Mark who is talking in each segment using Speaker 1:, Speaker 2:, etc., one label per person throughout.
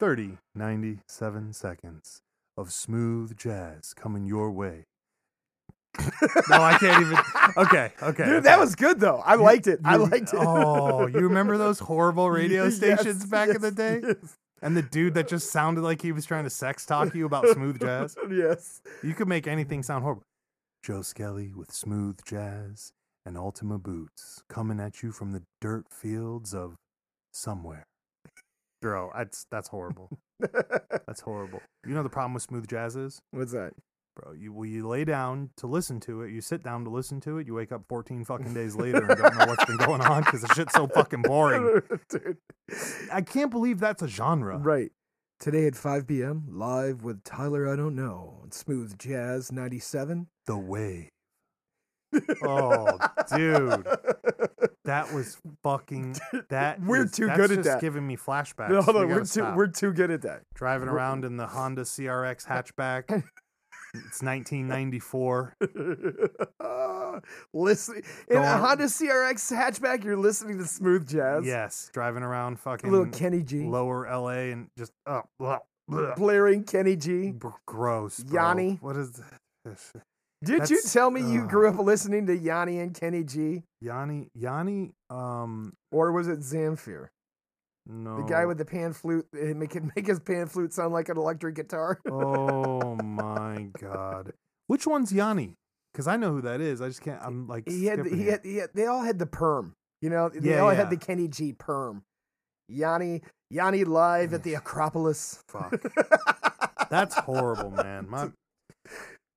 Speaker 1: 30, 97 seconds of smooth jazz coming your way. no, I can't even. Okay, okay.
Speaker 2: Dude, that
Speaker 1: okay.
Speaker 2: was good though. I liked it. I
Speaker 1: You-
Speaker 2: liked it.
Speaker 1: Oh, you remember those horrible radio
Speaker 2: Yes,
Speaker 1: stations back in the
Speaker 2: yes,
Speaker 1: day? And the dude that just sounded like he was trying to sex talk you about smooth jazz?
Speaker 2: Yes.
Speaker 1: You could make anything sound horrible. Joe Skelly with smooth jazz and Ultima boots coming at you from the dirt fields of somewhere. Bro, that's that's horrible.
Speaker 2: yes.
Speaker 1: That's horrible. You know the problem with smooth jazz is,
Speaker 2: What's that?
Speaker 1: bro. You well, you lay down to listen to it. You sit down to listen to it. You wake up 14 fucking days later and don't know what's been going on because the shit's so fucking boring.
Speaker 2: Dude.
Speaker 1: I can't believe that's a genre.
Speaker 2: Right. Today at 5 p.m., live with Tyler I Don't Know on Smooth Jazz 97.
Speaker 1: The wave. Oh, dude, that was fucking. That
Speaker 2: We're
Speaker 1: is-
Speaker 2: too
Speaker 1: that's
Speaker 2: good at
Speaker 1: just
Speaker 2: that.
Speaker 1: giving me flashbacks.
Speaker 2: No, hold
Speaker 1: We gotta
Speaker 2: on, we're too
Speaker 1: stop.
Speaker 2: we're too good at that.
Speaker 1: driving around in the Honda CRX hatchback. it's 1994.
Speaker 2: Listen in a
Speaker 1: Don't-
Speaker 2: Honda CRX hatchback, you're listening to smooth jazz.
Speaker 1: Yes, driving around fucking
Speaker 2: Little Kenny G.
Speaker 1: lower LA and just oh, blah, blah.
Speaker 2: Blaring Kenny G.
Speaker 1: Br- gross. bro.
Speaker 2: Yanni.
Speaker 1: What is this?
Speaker 2: Did you
Speaker 1: That's-
Speaker 2: tell me you
Speaker 1: ugh.
Speaker 2: grew up listening to Yanni and Kenny G?
Speaker 1: Yanni? Yanni? Um,
Speaker 2: Or was it Zamfir?
Speaker 1: no.
Speaker 2: The guy with the pan flute that make it make his pan flute sound like an electric guitar.
Speaker 1: oh my god. Which one's Yanni? Because I know who that is. I just can't. I'm like.
Speaker 2: He had,
Speaker 1: skipping
Speaker 2: he
Speaker 1: here.
Speaker 2: had, he had, they all had the perm. You know, they
Speaker 1: Yeah,
Speaker 2: all
Speaker 1: yeah.
Speaker 2: had the Kenny G perm. Yanni, Yanni live at the Acropolis.
Speaker 1: Fuck. That's horrible, man. My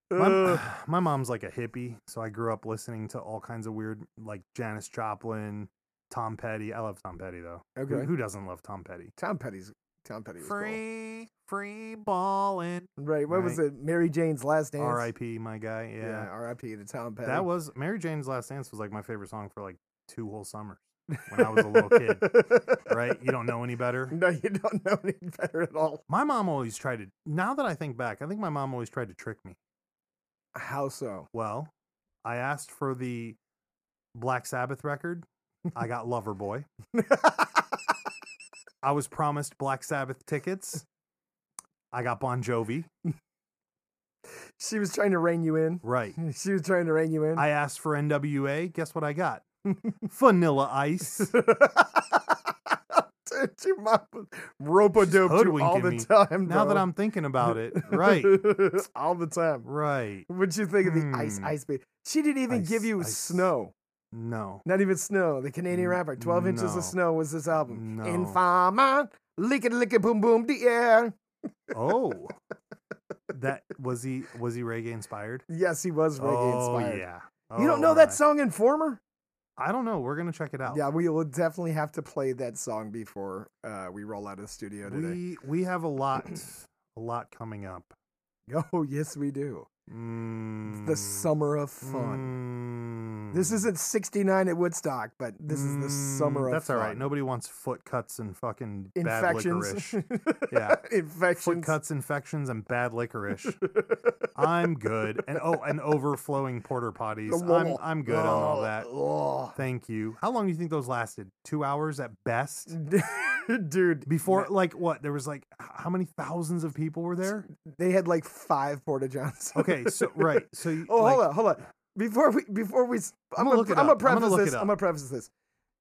Speaker 1: my,
Speaker 2: Uh,
Speaker 1: my mom's like a hippie, so I grew up listening to all kinds of weird, like Janis Joplin, Tom Petty. I love Tom Petty though. Who-
Speaker 2: Okay.
Speaker 1: Who, doesn't love Tom Petty?
Speaker 2: Tom Petty's Tom Petty was cool.
Speaker 1: free ballin'.
Speaker 2: Right. What was it? Mary Jane's last dance.
Speaker 1: R.I.P. My guy.
Speaker 2: Yeah.
Speaker 1: yeah.
Speaker 2: R.I.P. to Tom Petty.
Speaker 1: That was Mary Jane's Last Dance was like my favorite song for like two whole summers when I was a little kid. Right? You don't know any better.
Speaker 2: No, you don't know any better at all.
Speaker 1: My mom always tried to. Now that I think back, I think my mom always tried to trick me.
Speaker 2: How so?
Speaker 1: Well, I asked for the Black Sabbath record. I got Loverboy. I was promised Black Sabbath tickets. I got Bon Jovi.
Speaker 2: she was trying to rein you in.
Speaker 1: Right.
Speaker 2: She was trying to rein you in.
Speaker 1: I asked for NWA. Guess what I got? Vanilla Ice.
Speaker 2: Dude, your mom rope a dope you all
Speaker 1: hoodwinking
Speaker 2: the
Speaker 1: me.
Speaker 2: time.
Speaker 1: Now that
Speaker 2: bro.
Speaker 1: I'm thinking about it, right,
Speaker 2: all the time.
Speaker 1: right.
Speaker 2: What'd you think of the ice
Speaker 1: Hmm.
Speaker 2: ice baby? She didn't even give
Speaker 1: Ice,
Speaker 2: you
Speaker 1: ice.
Speaker 2: snow.
Speaker 1: No,
Speaker 2: Not even snow. The Canadian
Speaker 1: N-
Speaker 2: rapper. Twelve inches
Speaker 1: no.
Speaker 2: of snow was this album.
Speaker 1: No.
Speaker 2: Infama. Lick it, lick it, boom, boom, the air.
Speaker 1: Oh, that was he was he reggae inspired?
Speaker 2: Yes, he was reggae
Speaker 1: oh
Speaker 2: inspired.
Speaker 1: yeah.
Speaker 2: You don't
Speaker 1: Oh,
Speaker 2: know that
Speaker 1: my.
Speaker 2: song Informer?
Speaker 1: I don't know. We're gonna check it out.
Speaker 2: Yeah, we will definitely have to play that song before uh, we roll out of the studio today.
Speaker 1: we we have a lot a lot coming up.
Speaker 2: Oh, yes, we do.
Speaker 1: Mm,
Speaker 2: The summer of fun. This
Speaker 1: mm,
Speaker 2: isn't 69 at Woodstock, but this is the summer
Speaker 1: mm,
Speaker 2: of
Speaker 1: That's
Speaker 2: fun.
Speaker 1: all right. Nobody wants foot cuts and fucking
Speaker 2: Infections.
Speaker 1: bad licorice. Yeah. Foot
Speaker 2: Infections.
Speaker 1: cuts, infections, and bad licorice. I'm good. And oh, and overflowing porter potties. I'm I'm good on all that.
Speaker 2: all
Speaker 1: Thank you. How long do you think those lasted? Two hours at best.
Speaker 2: Dude,
Speaker 1: Before, like, what? There was like, h- how many thousands of people were there?
Speaker 2: they had like five Porta Johns.
Speaker 1: Okay, so right, so you,
Speaker 2: Oh,
Speaker 1: like,
Speaker 2: hold on, hold on. Before we, before we, s- I'm
Speaker 1: I'ma
Speaker 2: gonna,
Speaker 1: look it
Speaker 2: I'm
Speaker 1: up.
Speaker 2: gonna
Speaker 1: I'm gonna
Speaker 2: preface
Speaker 1: look
Speaker 2: this.
Speaker 1: it
Speaker 2: I'm
Speaker 1: up.
Speaker 2: gonna preface this.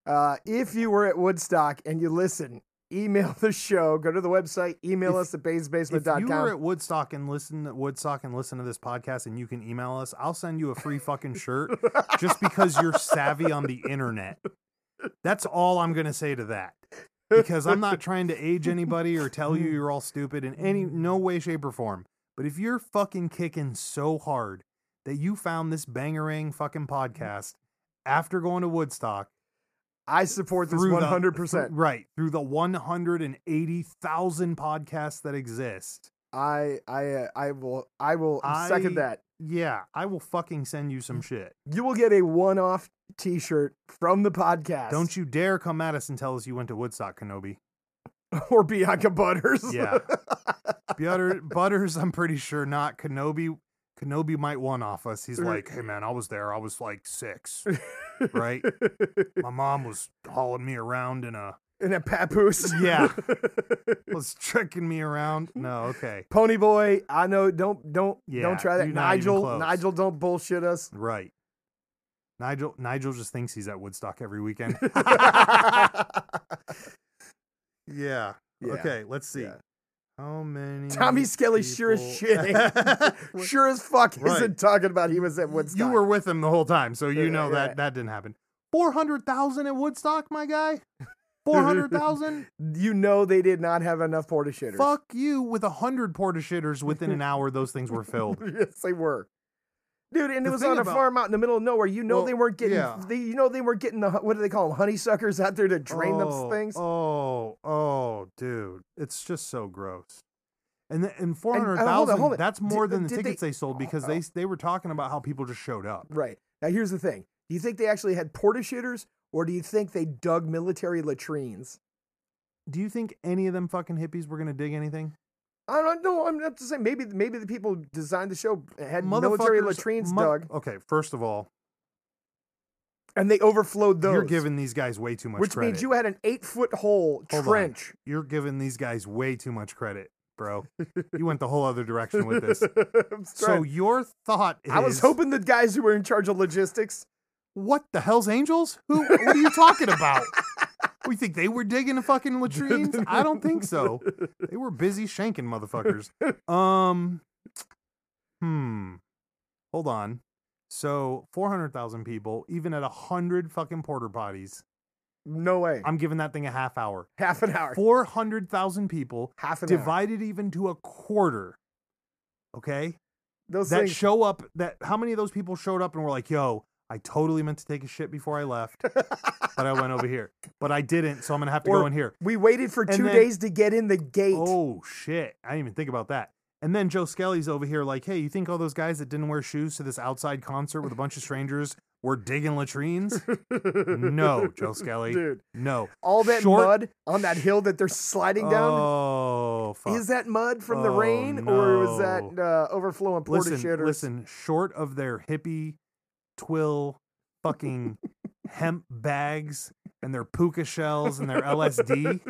Speaker 2: Uh, if you were at Woodstock and you listen, email the show. Go to the website. Email
Speaker 1: If-
Speaker 2: us at baysbasement.com.
Speaker 1: If you were at Woodstock and listen to Woodstock and listen to this podcast, and you can email us, I'll send you a free fucking shirt just because you're savvy on the internet. That's all I'm gonna say to that because I'm not trying to age anybody or tell you you're all stupid in any no way, shape, or form. But if you're fucking kicking so hard that you found this bangerang fucking podcast after going to Woodstock.
Speaker 2: I support this
Speaker 1: through the-
Speaker 2: 100.
Speaker 1: through-
Speaker 2: percent
Speaker 1: right through the 180,000 podcasts that exist.
Speaker 2: I I uh, I will I will second
Speaker 1: I-
Speaker 2: that.
Speaker 1: Yeah, I will fucking send you some shit.
Speaker 2: You will get a one-off T-shirt from the podcast.
Speaker 1: Don't you dare come at us and tell us you went to Woodstock, Kenobi.
Speaker 2: Or Bianca Butters.
Speaker 1: Yeah. Butter, Butters, I'm pretty sure not. Kenobi, Kenobi might one off us. He's like, hey man, I was there. I was like six, right? My mom was hauling me around in a
Speaker 2: in a papoose.
Speaker 1: Yeah. was tricking me around. No, okay.
Speaker 2: Pony boy, I know. Don't don't
Speaker 1: Yeah,
Speaker 2: don't try that.
Speaker 1: you're not even
Speaker 2: Nigel,
Speaker 1: close.
Speaker 2: Nigel, don't bullshit us.
Speaker 1: Right. Nigel Nigel just thinks he's at Woodstock every weekend. yeah.
Speaker 2: Yeah,
Speaker 1: Okay, let's see.
Speaker 2: yeah.
Speaker 1: How many
Speaker 2: Tommy Skelly sure as
Speaker 1: people-
Speaker 2: shit. ain't- sure as fuck
Speaker 1: Right.
Speaker 2: isn't talking about he was at Woodstock.
Speaker 1: You were with him the whole time, so you
Speaker 2: Yeah,
Speaker 1: know
Speaker 2: yeah.
Speaker 1: that that didn't happen. 400,000 at Woodstock, my guy? 400,000?
Speaker 2: You know they did not have enough porta shitters.
Speaker 1: Fuck you with a 100 porta shitters within an hour those things were filled.
Speaker 2: yes, they were. Dude, and
Speaker 1: The
Speaker 2: it was
Speaker 1: thing
Speaker 2: on a
Speaker 1: about-
Speaker 2: farm out in the middle of nowhere. You know
Speaker 1: Well,
Speaker 2: they weren't getting.
Speaker 1: yeah.
Speaker 2: They, you know they weren't getting the what do they call them? Honeysuckers out there to drain
Speaker 1: Oh,
Speaker 2: those things.
Speaker 1: Oh, oh, dude, it's just so gross. And the, and four
Speaker 2: uh, hold on,
Speaker 1: hundred
Speaker 2: hold
Speaker 1: thousand.
Speaker 2: it.
Speaker 1: That's more than the
Speaker 2: did they- Oh,
Speaker 1: tickets they, sold because they they were talking about how people just showed up.
Speaker 2: Right now, here's the thing: Do you think they actually had porta shitters, or do you think they dug military latrines?
Speaker 1: Do you think any of them fucking hippies were gonna dig anything?
Speaker 2: I don't know. I'm not to say maybe maybe the people who designed the show had military
Speaker 1: Motherfuckers-
Speaker 2: latrines
Speaker 1: mo-
Speaker 2: dug,
Speaker 1: Okay, first of all,
Speaker 2: and they overflowed those.
Speaker 1: you're giving these guys way too much
Speaker 2: which
Speaker 1: credit. Oh
Speaker 2: means you had an eight foot hole
Speaker 1: Hold on.
Speaker 2: trench.
Speaker 1: you're giving these guys way too much credit, bro. you went the whole other direction with this.
Speaker 2: I'm
Speaker 1: So
Speaker 2: sorry.
Speaker 1: your thought is
Speaker 2: I was hoping the guys who were in charge of logistics.
Speaker 1: What the hell's angels? Who? What are you talking about? We think they were digging the fucking latrines? I don't think so. They were busy shanking motherfuckers. Um, hmm. Hold on. So four hundred thousand people, even at a hundred fucking porter potties,
Speaker 2: No way.
Speaker 1: I'm giving that thing a half hour.
Speaker 2: half an hour.
Speaker 1: Four hundred thousand people,
Speaker 2: half an hour.
Speaker 1: divided even to a quarter. Okay,
Speaker 2: Those
Speaker 1: that
Speaker 2: things.
Speaker 1: show up. That how many of those people showed up and were like, "Yo, I totally meant to take a shit before I left." but I went over here. But I didn't, so I'm gonna have to go
Speaker 2: Or-
Speaker 1: in here.
Speaker 2: we waited for
Speaker 1: And
Speaker 2: two
Speaker 1: then-
Speaker 2: days to get in the gate.
Speaker 1: Oh shit! I didn't even think about that. And then Joe Skelly's over here, like, hey, you think all those guys that didn't wear shoes to this outside concert with a bunch of strangers were digging latrines? no, Joe Skelly,
Speaker 2: Dude,
Speaker 1: no.
Speaker 2: all that
Speaker 1: Short-
Speaker 2: mud on that hill that they're sliding down.
Speaker 1: Oh fuck!
Speaker 2: Is that mud from the
Speaker 1: Oh,
Speaker 2: rain, or was that
Speaker 1: no.
Speaker 2: uh, overflowing porta
Speaker 1: listen,
Speaker 2: shitters?
Speaker 1: listen. Short of their hippie twill, fucking hemp bags and their puka shells and their LSD.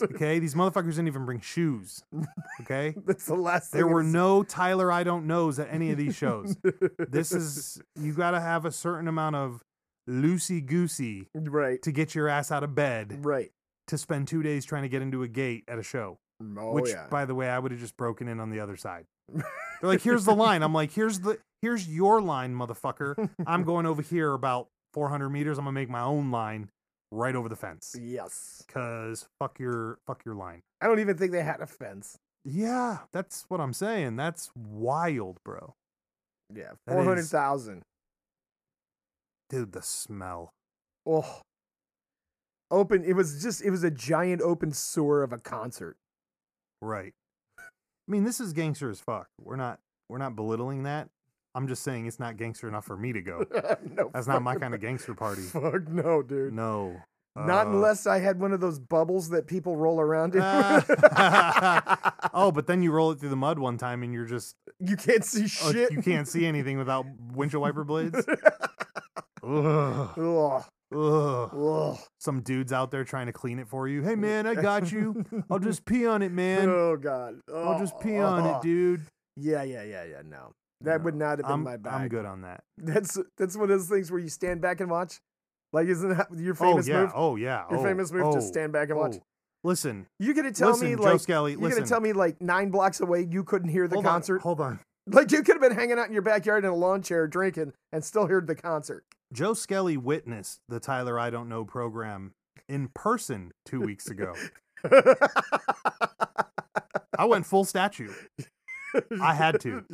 Speaker 1: Okay, these motherfuckers didn't even bring shoes. Okay.
Speaker 2: That's the last.
Speaker 1: There
Speaker 2: thing
Speaker 1: were
Speaker 2: it's-
Speaker 1: no Tyler I don't knows at any of these shows. this is you got to have a certain amount of loosey goosey
Speaker 2: right,
Speaker 1: to get your ass out of bed
Speaker 2: right.
Speaker 1: to spend two days trying to get into a gate at a show.
Speaker 2: Oh
Speaker 1: which,
Speaker 2: yeah.
Speaker 1: by the way, I would have just broken in on the other side. They're like, "Here's the line." I'm like, "Here's the here's your line, motherfucker." I'm going over here about 400 meters. I'm gonna make my own line right over the fence
Speaker 2: yes.
Speaker 1: because fuck your fuck your line.
Speaker 2: I don't even think they had a fence.
Speaker 1: Yeah, that's what I'm saying. That's wild, bro. That
Speaker 2: Yeah,
Speaker 1: is-
Speaker 2: four hundred thousand.
Speaker 1: Dude, the smell.
Speaker 2: Oh, open. It was just. It was a giant open sewer of a concert.
Speaker 1: Right. I mean, this is gangster as fuck. We're not we're not belittling that. I'm just saying it's not gangster enough for me to go.
Speaker 2: no,
Speaker 1: That's not my
Speaker 2: fucking
Speaker 1: kind of gangster party.
Speaker 2: Fuck no, dude.
Speaker 1: No.
Speaker 2: Not
Speaker 1: Uh,
Speaker 2: unless I had one of those bubbles that people roll around in.
Speaker 1: Ah. Oh, but then you roll it through the mud one time and you're just
Speaker 2: you can't see
Speaker 1: uh,
Speaker 2: shit.
Speaker 1: you can't see anything without windshield wiper blades. Ugh.
Speaker 2: Ugh,
Speaker 1: Ugh.
Speaker 2: ugh.
Speaker 1: Some dudes out there trying to clean it for you. Hey man, I got you. I'll just pee on it, man.
Speaker 2: oh god.
Speaker 1: I'll just pee on
Speaker 2: Oh.
Speaker 1: it, dude.
Speaker 2: Yeah, yeah, yeah, yeah. No, that
Speaker 1: No,
Speaker 2: would not have been
Speaker 1: I'm,
Speaker 2: my bag.
Speaker 1: I'm good on that.
Speaker 2: That's that's one of those things where you stand back and watch. Like, isn't that your
Speaker 1: Oh
Speaker 2: famous
Speaker 1: yeah.
Speaker 2: move?
Speaker 1: oh yeah.
Speaker 2: Your
Speaker 1: oh,
Speaker 2: famous move, just
Speaker 1: oh.
Speaker 2: stand back and watch.
Speaker 1: Oh, Listen,
Speaker 2: You're gonna tell
Speaker 1: listen,
Speaker 2: me
Speaker 1: Joe
Speaker 2: like
Speaker 1: Skelly.
Speaker 2: you're
Speaker 1: listen,
Speaker 2: gonna tell me like nine blocks away you couldn't hear the
Speaker 1: hold on,
Speaker 2: concert.
Speaker 1: hold on,
Speaker 2: Like you could have been hanging out in your backyard in a lawn chair drinking and still heard the concert.
Speaker 1: Joe Skelly witnessed the Tyler I Don't Know program in person two weeks ago. I went full statue. I had to.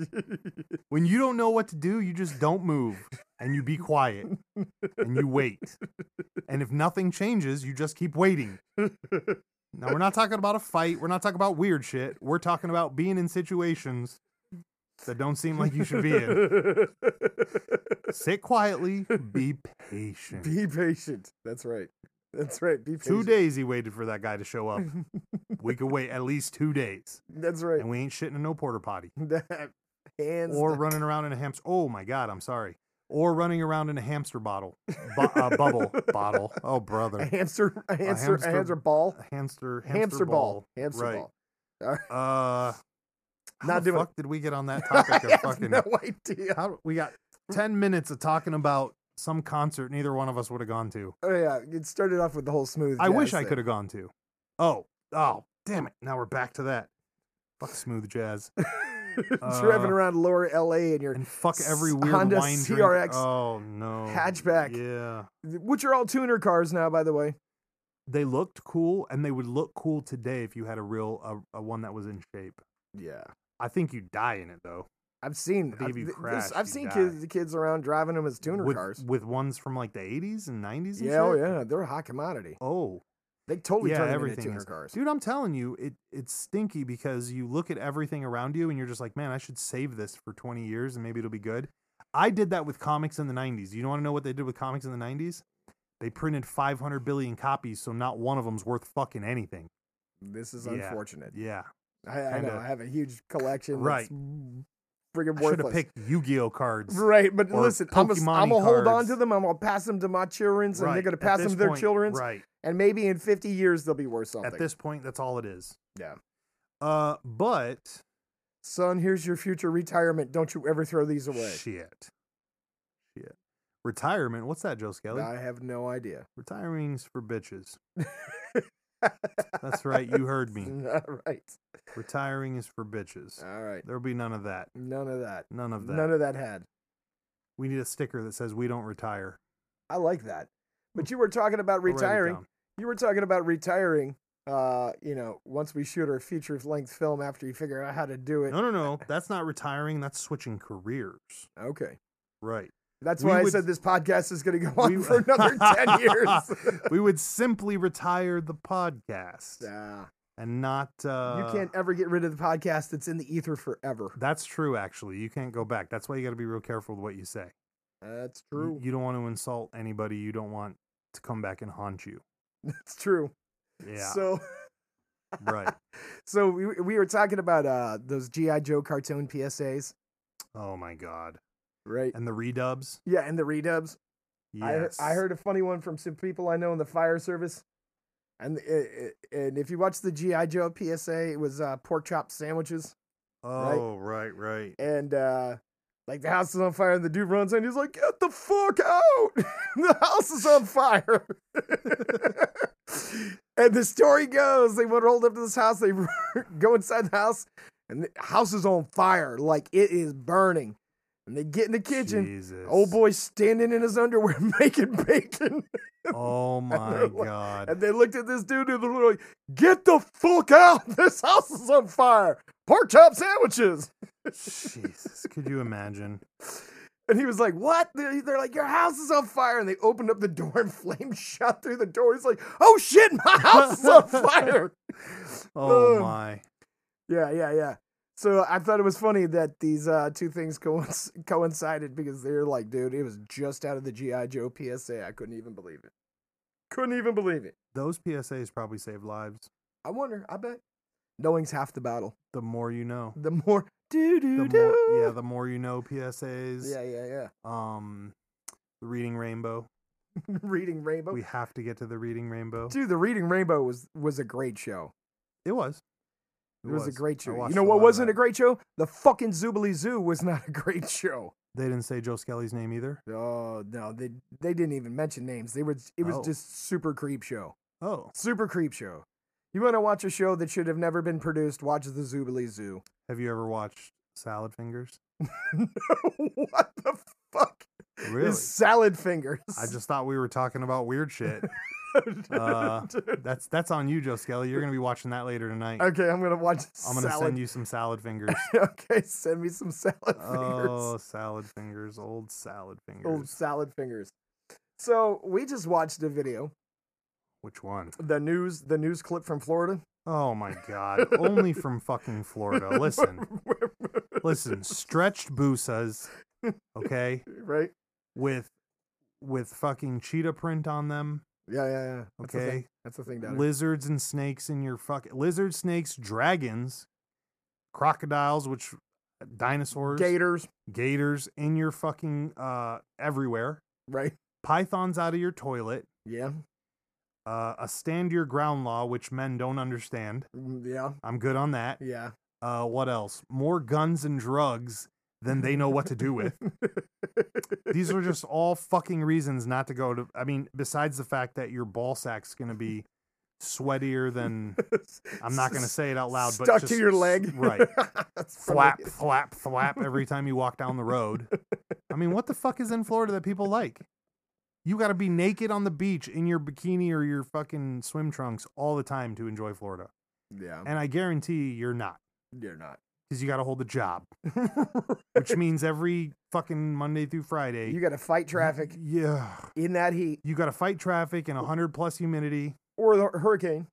Speaker 1: When you don't know what to do, you just don't move and you be quiet and you wait. And if nothing changes, you just keep waiting. Now, we're not talking about a fight. We're not talking about weird shit. We're talking about being in situations that don't seem like you should be in. Sit quietly, be patient.
Speaker 2: Be patient. That's right. That's right. Be patient.
Speaker 1: two days he waited for that guy to show up. we could wait at least two days,
Speaker 2: That's right.
Speaker 1: and we ain't shitting in no porter potty
Speaker 2: Hands
Speaker 1: or
Speaker 2: down.
Speaker 1: running around in a hamster. Oh my god, I'm sorry. or running around in a hamster bottle, bu- uh, bubble bottle. Oh brother,
Speaker 2: A hamster, a hamster, a
Speaker 1: hamster-
Speaker 2: hamster ball,
Speaker 1: A hamster,
Speaker 2: hamster, ball, hamster
Speaker 1: right.
Speaker 2: ball.
Speaker 1: Uh, how
Speaker 2: Not
Speaker 1: the
Speaker 2: doing it.
Speaker 1: fuck did we get on that
Speaker 2: I
Speaker 1: topic of
Speaker 2: have
Speaker 1: fucking?
Speaker 2: no idea.
Speaker 1: How we got ten minutes of talking about some concert neither one of us would have gone to.
Speaker 2: Oh yeah, it started off with the whole smooth.
Speaker 1: I wish
Speaker 2: jazz
Speaker 1: I
Speaker 2: thing.
Speaker 1: could have gone to. Oh, oh, damn it! Now we're back to that. Fuck smooth jazz
Speaker 2: driving
Speaker 1: Uh,
Speaker 2: around lower LA and your
Speaker 1: and fuck every
Speaker 2: S-
Speaker 1: weird
Speaker 2: Honda
Speaker 1: wine
Speaker 2: CRX
Speaker 1: drink. Oh no,
Speaker 2: hatchback.
Speaker 1: Yeah,
Speaker 2: which are all tuner cars now, by the way.
Speaker 1: they looked cool, and they would look cool today if you had a real uh, a, a one that was in shape.
Speaker 2: Yeah,
Speaker 1: I think you die in it though.
Speaker 2: I've seen.
Speaker 1: I think
Speaker 2: I've,
Speaker 1: if you
Speaker 2: th-
Speaker 1: crash,
Speaker 2: this- I've
Speaker 1: you
Speaker 2: seen
Speaker 1: die.
Speaker 2: kids, kids around driving them as tuner
Speaker 1: with,
Speaker 2: cars.
Speaker 1: with ones from like the 80s and 90s. And
Speaker 2: Yeah, oh
Speaker 1: shit?
Speaker 2: yeah, they're a hot commodity.
Speaker 1: Oh,
Speaker 2: They totally
Speaker 1: yeah,
Speaker 2: turn them into
Speaker 1: everything
Speaker 2: tuner
Speaker 1: is.
Speaker 2: cars.
Speaker 1: Dude, I'm telling you, it it's stinky because you look at everything around you and you're just like, man, I should save this for 20 years and maybe it'll be good. I did that with comics in the 90s. You want to know what they did with comics in the 90s? They printed 500 billion copies, so not one of them's worth fucking anything.
Speaker 2: This is
Speaker 1: Yeah.
Speaker 2: unfortunate.
Speaker 1: Yeah,
Speaker 2: I, I know.
Speaker 1: kinda-
Speaker 2: I have a huge collection.
Speaker 1: Right.
Speaker 2: That's friggin'
Speaker 1: I should have
Speaker 2: worthless.
Speaker 1: picked Yu-Gi-Oh cards.
Speaker 2: Right, but
Speaker 1: or
Speaker 2: listen, I'm gonna
Speaker 1: Pokemon
Speaker 2: I'm gonna hold on
Speaker 1: cards.
Speaker 2: to them. I'm gonna pass them to my childrens, and
Speaker 1: Right,
Speaker 2: they're gonna
Speaker 1: at
Speaker 2: pass them
Speaker 1: this
Speaker 2: to their
Speaker 1: point-
Speaker 2: childrens,
Speaker 1: Right.
Speaker 2: and maybe in 50 years they'll be worth something.
Speaker 1: At this point, that's all it is.
Speaker 2: Yeah.
Speaker 1: Uh, but
Speaker 2: Son, here's your future retirement. Don't you ever throw these away.
Speaker 1: Shit. Shit. Retirement. What's that, Joe Skelly?
Speaker 2: I have no idea.
Speaker 1: Retiring's for bitches. That's right. You heard me.
Speaker 2: All right,
Speaker 1: Retiring is for bitches.
Speaker 2: all right.
Speaker 1: There'll be none of that.
Speaker 2: None of that.
Speaker 1: None of that.
Speaker 2: None of that had.
Speaker 1: we need a sticker that says we don't retire.
Speaker 2: I like that. But you were talking about
Speaker 1: I'll write it
Speaker 2: retiring.
Speaker 1: down.
Speaker 2: You were talking about retiring. Uh, you know, once we shoot our feature length film, after you figure out how to do it.
Speaker 1: No, no, no. That's not retiring. That's switching careers.
Speaker 2: Okay.
Speaker 1: Right.
Speaker 2: That's
Speaker 1: We
Speaker 2: why I
Speaker 1: would-
Speaker 2: said this podcast is going to go on
Speaker 1: we-
Speaker 2: for another 10 years.
Speaker 1: we would simply retire the podcast
Speaker 2: Nah.
Speaker 1: and not. Uh,
Speaker 2: you can't ever get rid of the podcast. It's in the ether forever.
Speaker 1: That's true, actually. You can't go back. That's why you got to be real careful with what you say.
Speaker 2: That's
Speaker 1: y-
Speaker 2: true.
Speaker 1: You don't want to insult anybody. You don't want to come back and haunt you.
Speaker 2: That's true.
Speaker 1: Yeah,
Speaker 2: So,
Speaker 1: right.
Speaker 2: so we, we were talking about uh, those G.I. Joe cartoon PSAs,
Speaker 1: Oh my god.
Speaker 2: right?
Speaker 1: And the redubs.
Speaker 2: Yeah, and the redubs.
Speaker 1: Yes.
Speaker 2: I, I heard a funny one from some people I know in the fire service. And it, it, and if you watch the GI Joe PSA, it was uh, pork chop sandwiches,
Speaker 1: Oh right, right.
Speaker 2: and uh, like the house is on fire, and the dude runs in, he's like, "Get the fuck out! the house is on fire!" and the story goes, they went rolled up to this house, they go inside the house, and the house is on fire, like it is burning, and they get in the kitchen.
Speaker 1: Jesus.
Speaker 2: Old boy standing in his underwear making bacon.
Speaker 1: Oh my
Speaker 2: they're like-
Speaker 1: god.
Speaker 2: And they looked at this dude and they were like, Get the fuck out! This house is on fire! Pork chop sandwiches!
Speaker 1: Jesus. Could you imagine?
Speaker 2: And he was like, What? They're, they're like, Your house is on fire. And they opened up the door and flames shot through the door. He's like, Oh shit, my house is on fire!
Speaker 1: Oh
Speaker 2: Ugh.
Speaker 1: my.
Speaker 2: Yeah, yeah, yeah. So I thought it was funny that these uh, two things coinc- coincided because they're like, dude, it was just out of the GI Joe PSA. I couldn't even believe it. Couldn't even believe it.
Speaker 1: Those PSAs probably saved lives.
Speaker 2: I wonder. I bet knowing's half the battle.
Speaker 1: The more you know.
Speaker 2: The more do
Speaker 1: The
Speaker 2: do
Speaker 1: more, yeah,
Speaker 2: do.
Speaker 1: the more you know PSAs.
Speaker 2: Yeah, yeah, yeah.
Speaker 1: Um the Reading Rainbow.
Speaker 2: Reading Rainbow.
Speaker 1: We have to get to the Reading Rainbow.
Speaker 2: Dude, the Reading Rainbow was was a great show.
Speaker 1: It was.
Speaker 2: It, was. a great
Speaker 1: I
Speaker 2: show. You
Speaker 1: watched a
Speaker 2: know
Speaker 1: lot
Speaker 2: what
Speaker 1: of
Speaker 2: wasn't a
Speaker 1: that.
Speaker 2: great show? The fucking Zubilee Zoo was not a great show.
Speaker 1: They didn't say Joe Skelly's name either.
Speaker 2: Oh no, they they didn't even mention names. They were it was
Speaker 1: Oh.
Speaker 2: just super creep show.
Speaker 1: Oh.
Speaker 2: Super creep show. You want to watch a show that should have never been produced? Watch the Zubilee Zoo.
Speaker 1: Have you ever watched Salad Fingers?
Speaker 2: what the fuck
Speaker 1: Really?
Speaker 2: is salad fingers?
Speaker 1: I just thought we were talking about weird shit. uh, That's that's on you, Joe Skelly. You're gonna be watching that later tonight.
Speaker 2: okay, I'm gonna watch.
Speaker 1: I'm gonna
Speaker 2: salad.
Speaker 1: send you some salad fingers.
Speaker 2: okay, send me some salad
Speaker 1: oh, salad fingers, old salad
Speaker 2: fingers. Old
Speaker 1: fingers.
Speaker 2: salad fingers. So we just watched a video,
Speaker 1: Which one?
Speaker 2: the news, the news clip from Florida.
Speaker 1: Oh my god! Only from fucking Florida. Listen, listen. Stretched busas, okay,
Speaker 2: right?
Speaker 1: with with fucking cheetah print on them.
Speaker 2: Yeah, yeah, yeah. That's the thing.
Speaker 1: Okay,
Speaker 2: that's the thing. Down
Speaker 1: lizards and snakes in your fucking lizard snakes dragons crocodiles which uh, dinosaurs,
Speaker 2: Gators,
Speaker 1: gators in your fucking uh everywhere,
Speaker 2: right?
Speaker 1: pythons out of your toilet,
Speaker 2: Yeah,
Speaker 1: uh, a stand your ground law which men don't understand.
Speaker 2: Mm, yeah,
Speaker 1: I'm good on that.
Speaker 2: yeah.
Speaker 1: Uh, what else? More guns and drugs than they know what to do with. These are just all fucking reasons not to go to. I mean, besides the fact that your ball sack's going to be sweatier than I'm not going to say it out loud,
Speaker 2: Stuck
Speaker 1: but
Speaker 2: to
Speaker 1: just
Speaker 2: your
Speaker 1: s-
Speaker 2: leg,
Speaker 1: right?
Speaker 2: That's
Speaker 1: Flap,
Speaker 2: funny.
Speaker 1: flap, flap every time you walk down the road. I mean, what the fuck is in Florida that people like? You got to be naked on the beach in your bikini or your fucking swim trunks all the time to enjoy Florida.
Speaker 2: Yeah,
Speaker 1: And I guarantee you're not
Speaker 2: you're not.
Speaker 1: because you got to hold a job, which means every fucking Monday through Friday.
Speaker 2: you got to fight traffic
Speaker 1: Yeah.
Speaker 2: in that heat
Speaker 1: You got to fight traffic and 100 plus humidity.
Speaker 2: or the hurricane.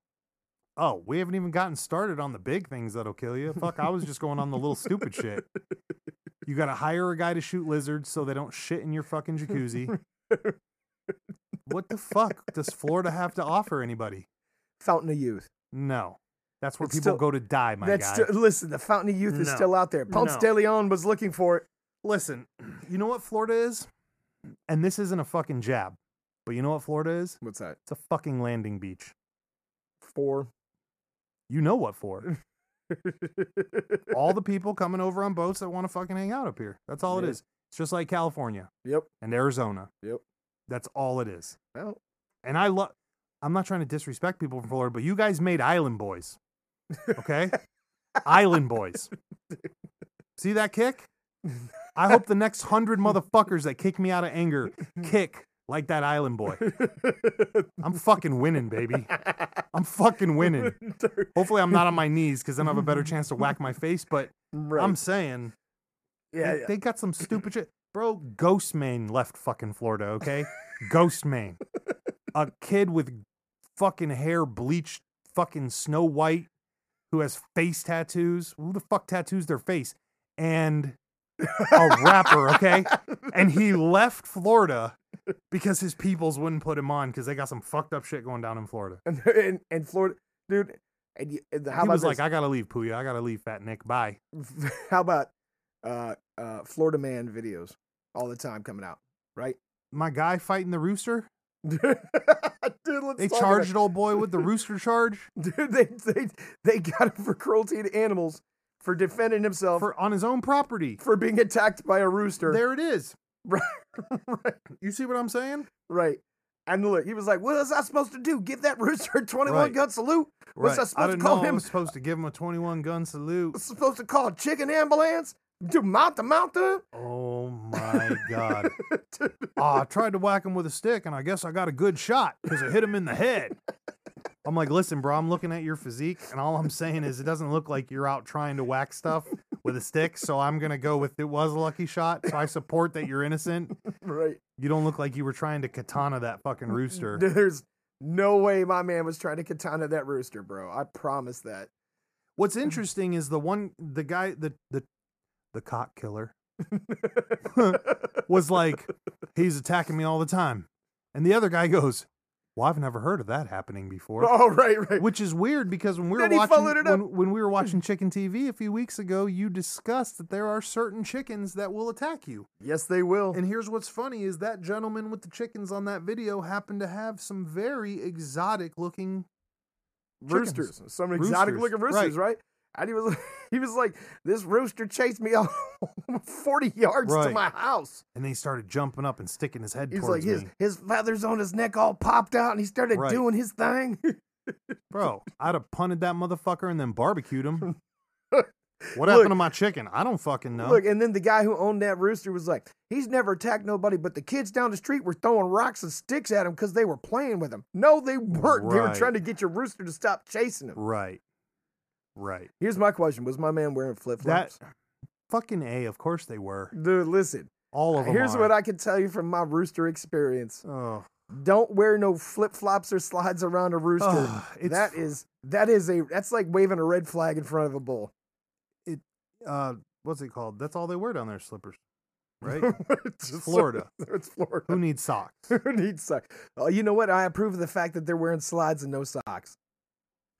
Speaker 1: Oh, we haven't even gotten started on the big things that'll kill you. Fuck, I was just going on the little stupid shit. You got to hire a guy to shoot lizards so they don't shit in your fucking jacuzzi. What the fuck does Florida have to offer anybody?
Speaker 2: Fountain of Youth.
Speaker 1: No. That's where
Speaker 2: It's
Speaker 1: people
Speaker 2: still-
Speaker 1: go to die, my
Speaker 2: That's
Speaker 1: guy.
Speaker 2: still, listen. The Fountain of Youth is
Speaker 1: No.
Speaker 2: still out there. Ponce
Speaker 1: No.
Speaker 2: de Leon was looking for it.
Speaker 1: Listen, you know what Florida is? And this isn't a fucking jab, but you know what Florida is?
Speaker 2: What's that?
Speaker 1: It's a fucking landing beach.
Speaker 2: Four.
Speaker 1: You know what for. all the people coming over on boats that want to fucking hang out up here. That's all it
Speaker 2: Yeah.
Speaker 1: is. It's just like California
Speaker 2: yep.
Speaker 1: and Arizona.
Speaker 2: Yep.
Speaker 1: That's all it is.
Speaker 2: Well,
Speaker 1: And I love I'm not trying to disrespect people from Florida, but you guys made island boys. Okay? island boys. See that kick? I hope the next hundred motherfuckers that kick me out of anger kick like that island boy. I'm fucking winning, baby. I'm fucking winning. Hopefully, I'm not on my knees because then I have a better chance to whack my face. But
Speaker 2: right.
Speaker 1: I'm saying
Speaker 2: yeah,
Speaker 1: they,
Speaker 2: yeah.
Speaker 1: they got some stupid shit, bro. Ghost man left fucking Florida, okay? Ghost man, a kid with fucking hair bleached, fucking Snow White, who has face tattoos. Who the fuck tattoos their face? And a rapper, okay? And he left Florida because his peoples wouldn't put him on because they got some fucked up shit going down in Florida.
Speaker 2: and, and, and Florida, dude. And, you, and how
Speaker 1: he
Speaker 2: about
Speaker 1: was
Speaker 2: this?
Speaker 1: like, I gotta leave Puya. I gotta leave Fat Nick. Bye.
Speaker 2: how about uh, uh, Florida man videos all the time coming out, right?
Speaker 1: My guy fighting the rooster.
Speaker 2: dude, let's
Speaker 1: They
Speaker 2: talk about-
Speaker 1: charged old boy with the rooster charge
Speaker 2: Dude, they, they they got him for cruelty to animals, for defending himself, for,
Speaker 1: for on his own property.
Speaker 2: being attacked by a rooster.
Speaker 1: There it is.
Speaker 2: Right, right.
Speaker 1: You see what I'm saying?
Speaker 2: Right. And look, he was like, "What was I supposed to do? Give that rooster a twenty-one
Speaker 1: Right.
Speaker 2: gun salute? Was I supposed
Speaker 1: I
Speaker 2: to
Speaker 1: didn't
Speaker 2: call
Speaker 1: know I
Speaker 2: him-
Speaker 1: was supposed to give him a 21 gun salute.
Speaker 2: Was I supposed to call a chicken ambulance? Do mount to mount to?"
Speaker 1: Oh my god. Ah, I tried to whack him with a stick, and I guess I got a good shot because I hit him in the head. I'm like, listen, bro, I'm looking at your physique, and all I'm saying is it doesn't look like you're out trying to whack stuff with a stick. So I'm gonna go with it was a lucky shot. So I support that you're innocent.
Speaker 2: Right.
Speaker 1: You don't look like you were trying to katana that fucking rooster.
Speaker 2: There's no way my man was trying to katana that rooster, bro. I promise that.
Speaker 1: What's
Speaker 2: Mm-hmm.
Speaker 1: interesting is the one the guy the the the cock killer was like he's attacking me all the time. And the other guy goes, "Well, I've never heard of that happening before."
Speaker 2: oh, right, right.
Speaker 1: Which is weird because when we were
Speaker 2: Then he
Speaker 1: watching
Speaker 2: followed it up.
Speaker 1: when, when we were watching Chicken TV a few weeks ago, you discussed that there are certain chickens that will attack you.
Speaker 2: yes, they will.
Speaker 1: And here's what's funny is that gentleman with the chickens on that video happened to have some very exotic looking chickens.
Speaker 2: roosters, some exotic
Speaker 1: Roosters,
Speaker 2: looking roosters, right. And he was he was like, "This rooster chased me all forty yards to
Speaker 1: Right.
Speaker 2: my house."
Speaker 1: and they started jumping up and sticking his head
Speaker 2: He's like
Speaker 1: towards
Speaker 2: his
Speaker 1: me.
Speaker 2: his feathers on his neck all popped out, and he started
Speaker 1: Right.
Speaker 2: doing his thing.
Speaker 1: Bro, I'd have punted that motherfucker and then barbecued him. What
Speaker 2: Look-
Speaker 1: happened to my chicken? I don't fucking know.
Speaker 2: Look, and then the guy who owned that rooster was like, "He's never attacked nobody, but the kids down the street were throwing rocks and sticks at him because they were playing with him." No, they weren't. They were
Speaker 1: Right.
Speaker 2: trying to get your rooster to stop chasing him.
Speaker 1: Right. Right.
Speaker 2: Here's my question: Was my man wearing flip flops?
Speaker 1: Fucking A, of course they were.
Speaker 2: Dude, listen.
Speaker 1: All of them.
Speaker 2: Here's what I can tell you from my rooster experience:
Speaker 1: Oh,
Speaker 2: Don't wear no flip flops or slides around a rooster.
Speaker 1: Ugh, it's
Speaker 2: that
Speaker 1: f-
Speaker 2: is that is a that's like waving a red flag in front of a bull.
Speaker 1: uh, what's it called? That's all they wear down there, slippers. Right?
Speaker 2: it's just-
Speaker 1: Florida.
Speaker 2: it's Florida.
Speaker 1: Who needs socks?
Speaker 2: Who needs socks? Oh, you know what? I approve of the fact that they're wearing slides and no socks.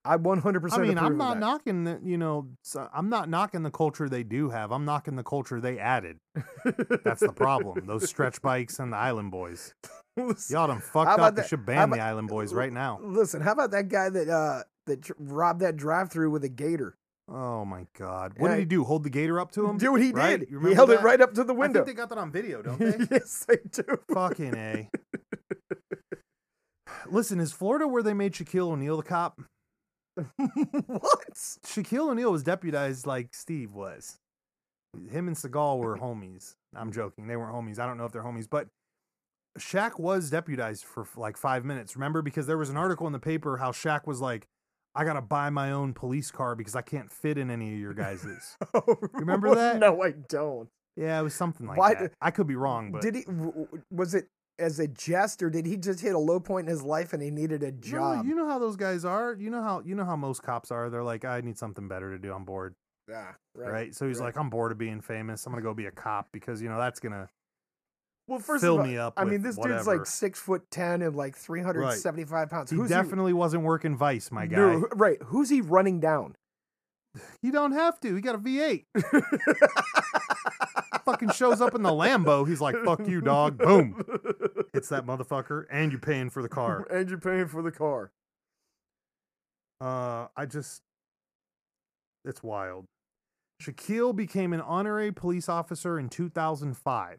Speaker 2: I 100%
Speaker 1: I mean, I'm
Speaker 2: approve of
Speaker 1: not
Speaker 2: that.
Speaker 1: knocking the, you know, so- I'm not knocking the culture they do have. I'm knocking the culture they added. That's the problem. Those stretch bikes and the Island Boys.
Speaker 2: listen,
Speaker 1: Y'all done fucked
Speaker 2: about
Speaker 1: up. You
Speaker 2: that-
Speaker 1: should
Speaker 2: how
Speaker 1: ban
Speaker 2: about-
Speaker 1: the Island Boys right now.
Speaker 2: listen, how about that guy that uh that tr- robbed that drive-through with a gator?
Speaker 1: Oh my God. What
Speaker 2: Yeah.
Speaker 1: did he do? Hold the gator up to him?
Speaker 2: Dude, he
Speaker 1: right? You
Speaker 2: did. He
Speaker 1: remember
Speaker 2: held it
Speaker 1: that?
Speaker 2: right up to the window.
Speaker 1: I think they got that on video, don't they?
Speaker 2: yes, I do.
Speaker 1: Fucking A. Listen, is Florida where they made Shaquille O'Neal the cop?
Speaker 2: what?
Speaker 1: Shaquille O'Neal was deputized like Steve was. Him and Seagal were homies. I'm joking. They weren't homies. I don't know if they're homies, but Shaq was deputized for like five minutes. Remember? Because there was an article in the paper how Shaq was like, I got to buy my own police car because I can't fit in any of your guys's. remember that?
Speaker 2: No, I don't.
Speaker 1: yeah, it was something like
Speaker 2: Why
Speaker 1: that.
Speaker 2: did-
Speaker 1: I could be wrong, but
Speaker 2: Did he? w- w- Was it as a jest, or did he just hit a low point in his life and he needed a
Speaker 1: No,
Speaker 2: job?
Speaker 1: you know how those guys are. You know how you know how most cops are. They're like, I need something better to do. I'm bored,
Speaker 2: Ah,
Speaker 1: right? So he's
Speaker 2: right.
Speaker 1: like, I'm bored of being famous. I'm gonna go be a cop because you know that's gonna
Speaker 2: Well, first
Speaker 1: fill
Speaker 2: of all,
Speaker 1: me up.
Speaker 2: I mean,
Speaker 1: with
Speaker 2: this dude's
Speaker 1: whatever."
Speaker 2: like six foot ten and like three hundred seventy-five pounds.
Speaker 1: he
Speaker 2: Who's
Speaker 1: definitely wasn't working Vice, my
Speaker 2: he,
Speaker 1: guy.
Speaker 2: No, who- right? Who's he running down?
Speaker 1: You don't have to. He got a V8. Fucking shows up in the Lambo. He's like, fuck you, dog. Boom. Hits that motherfucker, and you're paying for the car.
Speaker 2: and you're paying for the car.
Speaker 1: Uh, I just, it's wild. Shaquille became an honorary police officer in 2005.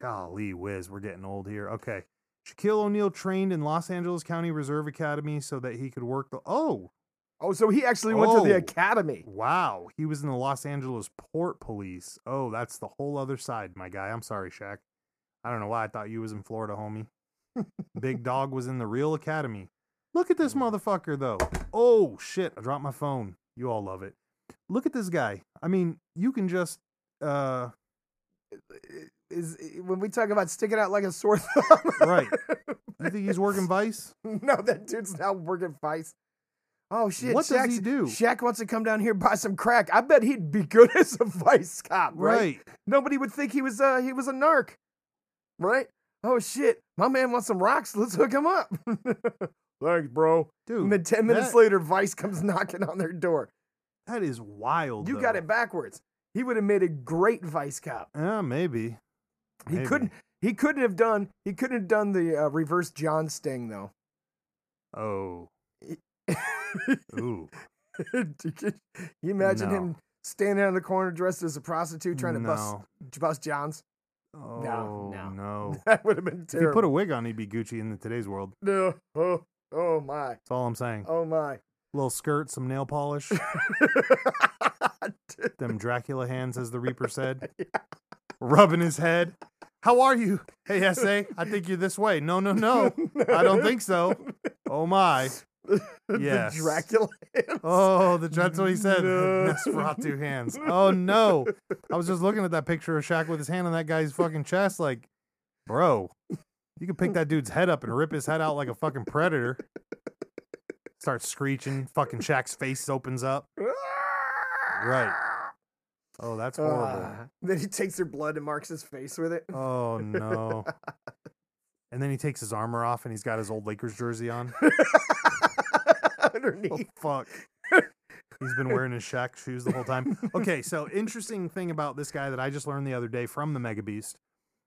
Speaker 1: Golly whiz, we're getting old here. Okay. Shaquille O'Neal trained in Los Angeles County Reserve Academy so that he could work the. Oh,
Speaker 2: Oh, so he actually went to the
Speaker 1: Oh.
Speaker 2: academy.
Speaker 1: wow. He was in the Los Angeles Port Police. Oh, that's the whole other side, my guy. I'm sorry, Shaq. I don't know why I thought you was in Florida, homie. Big Dog was in the real academy. Look at this
Speaker 2: Mm-hmm.
Speaker 1: motherfucker, though. Oh, shit. I dropped my phone. You all love it. Look at this guy. I mean, you can just. Uh,
Speaker 2: Is when we talk about sticking out like a sore thumb.
Speaker 1: right. You think he's working Vice?
Speaker 2: no, that dude's not working vice. Oh shit!
Speaker 1: What does
Speaker 2: Shaq's-
Speaker 1: he do?
Speaker 2: Shaq wants to come down here and buy some crack. I bet he'd be good as a vice cop, right?
Speaker 1: Right.
Speaker 2: Nobody would think he was uh he was a narc, right? Oh shit! My man wants some rocks. Let's hook him up. Thanks, bro.
Speaker 1: Dude,
Speaker 2: And then ten minutes
Speaker 1: that-
Speaker 2: later, Vice comes knocking on their door.
Speaker 1: that is wild.
Speaker 2: You got
Speaker 1: though.
Speaker 2: it backwards. He would have made a great vice cop.
Speaker 1: Yeah, maybe.
Speaker 2: He
Speaker 1: Maybe.
Speaker 2: couldn't. He couldn't have done. He couldn't have done the uh, reverse John Sting though.
Speaker 1: Oh. Ooh.
Speaker 2: Can you imagine
Speaker 1: No.
Speaker 2: him standing on the corner dressed as a prostitute trying to bust
Speaker 1: No.
Speaker 2: bust Johns?
Speaker 1: Oh,
Speaker 2: No, no.
Speaker 1: no.
Speaker 2: That would have been
Speaker 1: If he
Speaker 2: terrible.
Speaker 1: put a wig on, he'd be Gucci in the, today's world.
Speaker 2: no. Oh, oh my.
Speaker 1: That's all I'm saying.
Speaker 2: Oh my.
Speaker 1: Little skirt, some nail polish, them Dracula hands, as the Reaper said. Rubbing his head. How are you? Hey, SA, I think you're this way. No, no,
Speaker 2: Oh,
Speaker 1: no. I don't think so. Oh, my.
Speaker 2: Yeah.
Speaker 1: Yes.
Speaker 2: Dracula. hands.
Speaker 1: Oh, the, that's what he said.
Speaker 2: No.
Speaker 1: Nesferatu hands. Oh, no. I was just looking at that picture of Shaq with his hand on that guy's fucking chest, like, bro, you could pick that dude's head up and rip his head out like a fucking predator. Start screeching. Fucking Shaq's face opens up. Right. Oh, that's horrible.
Speaker 2: Ah. then he takes their blood and marks his face with it.
Speaker 1: Oh no. And then he takes his armor off and he's got his old Lakers jersey on. Oh
Speaker 2: Underneath.
Speaker 1: fuck. He's been wearing his Shaq shoes the whole time. Okay, so interesting thing about this guy that I just learned the other day from the Mega Beast.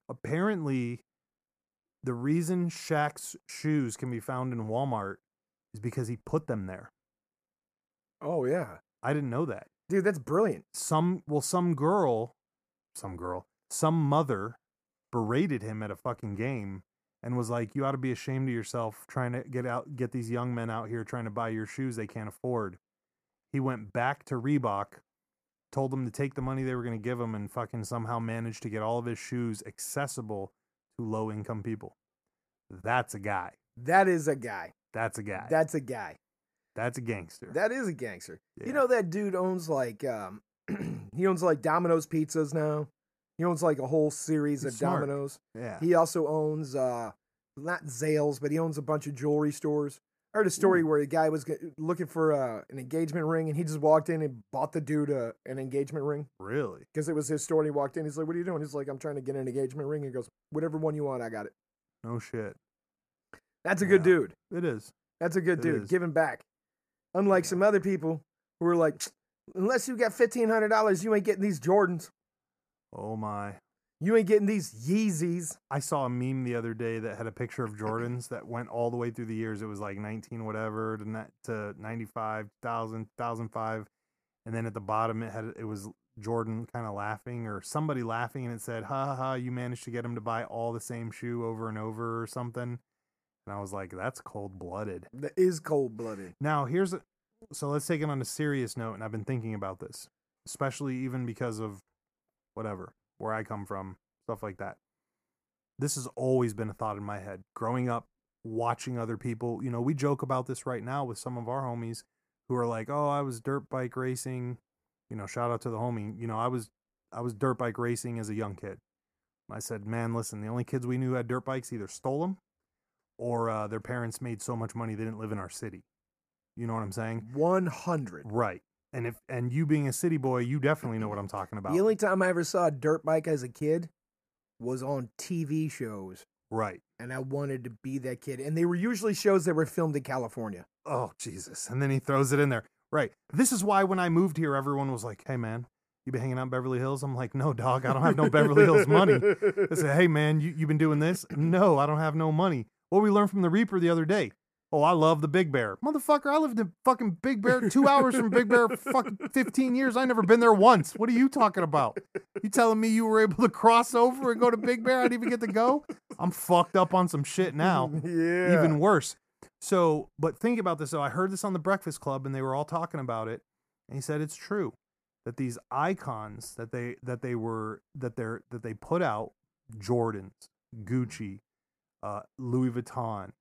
Speaker 1: Apparently, the reason Shaq's shoes can be found in Walmart is because he put them there.
Speaker 2: Oh yeah,
Speaker 1: I didn't know that.
Speaker 2: dude, that's brilliant.
Speaker 1: some well some girl some girl some mother berated him at a fucking game and was like you ought to be ashamed of yourself trying to get out get these young men out here trying to buy your shoes they can't afford he went back to reebok told them to take the money they were going to give him and fucking somehow managed to get all of his shoes accessible to low income people that's a guy
Speaker 2: That is a guy.
Speaker 1: that's a guy
Speaker 2: That's a guy.
Speaker 1: that's a gangster
Speaker 2: That is a gangster.
Speaker 1: Yeah.
Speaker 2: You know that dude owns like um he owns like Domino's pizzas now. He owns like a whole series
Speaker 1: He's
Speaker 2: of
Speaker 1: smart.
Speaker 2: Domino's.
Speaker 1: yeah
Speaker 2: He also owns uh not Zales, but he owns a bunch of jewelry stores. I heard a
Speaker 1: Mm.
Speaker 2: story where a guy was g- looking for uh, an engagement ring, and he just walked in and bought the dude uh, an engagement ring
Speaker 1: really
Speaker 2: because it was his store. And he walked in, he's like, "What are you doing?" He's like, "I'm trying to get an engagement ring." He goes, "Whatever one you want, I got it."
Speaker 1: no shit
Speaker 2: That's a good
Speaker 1: Yeah.
Speaker 2: dude.
Speaker 1: it is
Speaker 2: That's a good
Speaker 1: It
Speaker 2: dude.
Speaker 1: is.
Speaker 2: Giving back. Unlike some other people who are like, unless you got fifteen hundred dollars, you ain't getting these Jordans.
Speaker 1: Oh my.
Speaker 2: You ain't getting these Yeezys.
Speaker 1: I saw a meme the other day that had a picture of Jordans that went all the way through the years. It was like 19 whatever to ni- to 95, 1000, 1005. And then at the bottom it had it was Jordan kind of laughing or somebody laughing and it said, "Ha ha, ha you managed to get him to buy all the same shoe over and over or something." And I was like, "That's cold-blooded."
Speaker 2: That is cold blooded.
Speaker 1: Now, here's a, so let's take it on a serious note, and I've been thinking about this, especially even because of whatever where I come from, stuff like that. This has always been a thought in my head growing up, watching other people. You know, we joke about this right now with some of our homies who are like, "Oh, I was dirt bike racing." You know, shout out to the homie. You know, I was I was dirt bike racing as a young kid. I said, "Man, listen, the only kids we knew who had dirt bikes either stole them or uh, their parents made so much money they didn't live in our city." You know what I'm saying?
Speaker 2: One hundred.
Speaker 1: Right. And if and you being a city boy, you definitely know what I'm talking about.
Speaker 2: The only time I ever saw a dirt bike as a kid was on TV shows,
Speaker 1: right.
Speaker 2: and I wanted to be that kid. And they were usually shows that were filmed in California.
Speaker 1: Oh Jesus. And then he throws it in there. Right. This is why when I moved here, everyone was like, Hey man, you been hanging out in Beverly Hills? I'm like, No, dog, I don't have no Beverly Hills money. I said, Hey man, you, you been doing this? No, I don't have no money. What we learned from the Reaper the other day. Oh, I love the Big Bear. Motherfucker, I lived in fucking Big Bear two hours from Big Bear for fucking 15 years. I never been there once. What are you talking about? You telling me you were able to cross over and go to Big Bear? I didn't even get to go? I'm fucked up on some shit now
Speaker 2: yeah.
Speaker 1: even worse. So, but think about this though. I heard this on the Breakfast Club, and they were all talking about it, and he said it's true that these icons that they that they were that they're that they put out Jordans, Gucci, uh, Louis Vuitton.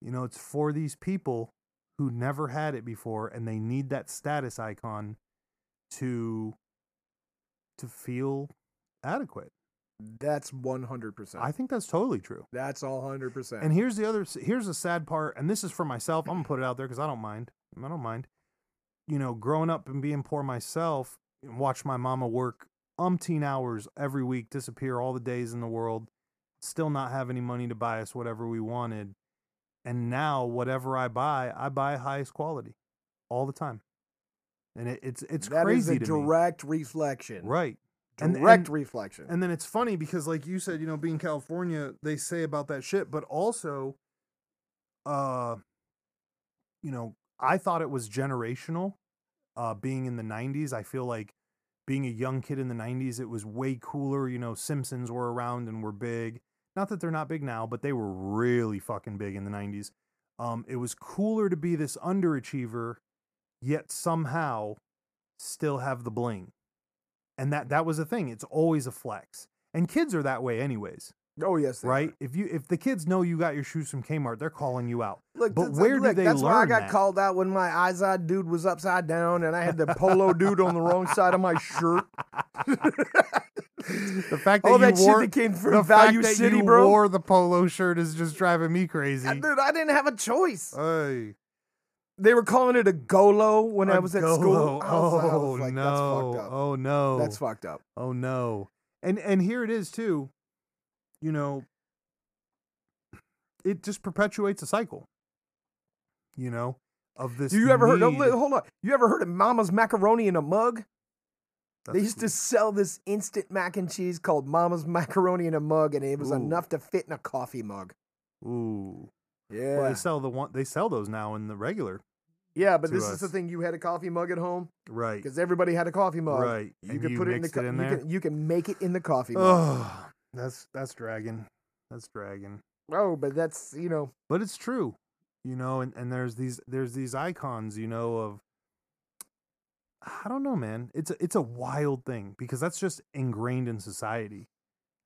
Speaker 1: You know, it's for these people who never had it before, and they need that status icon to to feel adequate.
Speaker 2: that's one hundred percent.
Speaker 1: I think that's totally true.
Speaker 2: That's all hundred percent.
Speaker 1: And here's the other. Here's the sad part, and this is for myself. I'm gonna put it out there because I don't mind. I don't mind. You know, growing up and being poor myself, and watch my mama work umpteen hours every week, disappear all the days in the world, still not have any money to buy us whatever we wanted. And now, whatever I buy, I buy highest quality, all the time. And it, it's it's
Speaker 2: That is
Speaker 1: crazy
Speaker 2: a
Speaker 1: to
Speaker 2: direct
Speaker 1: me,
Speaker 2: reflection.
Speaker 1: right? And-
Speaker 2: Direct reflection.
Speaker 1: And then it's funny because, like you said, you know, being California, they say about that shit, but also, uh, you know, I thought it was generational. Uh, being in the '90s, I feel like being a young kid in the '90s, it was way cooler. You know, Simpsons were around and were big. Not that they're not big now, but they were really fucking big in the '90s. Um, it was cooler to be this underachiever, yet somehow still have the bling and that that was a thing it's always a flex and kids are that way anyways
Speaker 2: oh yes, they are.
Speaker 1: right if you if the kids know you got your shoes from kmart they're calling you out
Speaker 2: Look,
Speaker 1: But
Speaker 2: that's-
Speaker 1: where do
Speaker 2: look,
Speaker 1: they
Speaker 2: That's why I
Speaker 1: learn
Speaker 2: got
Speaker 1: that?
Speaker 2: called out when my eyes eyed dude was upside down and I had the polo dude on the wrong side of my shirt.
Speaker 1: the fact Oh, that
Speaker 2: All
Speaker 1: you
Speaker 2: that
Speaker 1: wore
Speaker 2: shit that came from
Speaker 1: the
Speaker 2: Value
Speaker 1: fact that
Speaker 2: City,
Speaker 1: you
Speaker 2: bro.
Speaker 1: wore the polo shirt is just driving me crazy
Speaker 2: Uh, Dude, I didn't have a choice.
Speaker 1: Uh, hey
Speaker 2: They were calling it a golo when I
Speaker 1: a
Speaker 2: was at
Speaker 1: golo.
Speaker 2: school. I was- I
Speaker 1: oh
Speaker 2: was like,
Speaker 1: no
Speaker 2: That's fucked up.
Speaker 1: oh no
Speaker 2: That's fucked up.
Speaker 1: Oh no. And and here it is too. You know, it just perpetuates a cycle. You know, of this.
Speaker 2: Do you ever heard? no,
Speaker 1: need-
Speaker 2: li- hold on. You ever heard of Mama's macaroni in a mug? They
Speaker 1: That's-
Speaker 2: used to sell this instant mac and cheese called Mama's macaroni in a mug, and it was
Speaker 1: Ooh.
Speaker 2: enough to fit in a coffee mug.
Speaker 1: Ooh.
Speaker 2: Yeah,
Speaker 1: Well, they sell the one. They sell those now in the regular.
Speaker 2: yeah. But
Speaker 1: to
Speaker 2: this is the
Speaker 1: us.
Speaker 2: thing: you had a coffee mug at home
Speaker 1: Right.
Speaker 2: because everybody had a coffee mug.
Speaker 1: Right.
Speaker 2: You
Speaker 1: and
Speaker 2: could put it in the
Speaker 1: mixed
Speaker 2: co-
Speaker 1: in
Speaker 2: you
Speaker 1: there.
Speaker 2: can you can make it in the coffee mug.
Speaker 1: Oh, that's that's dragon. That's dragon.
Speaker 2: Oh, but that's you know
Speaker 1: but it's true you know and, and there's these there's these icons you know of i don't know man it's a, it's a wild thing because that's just ingrained in society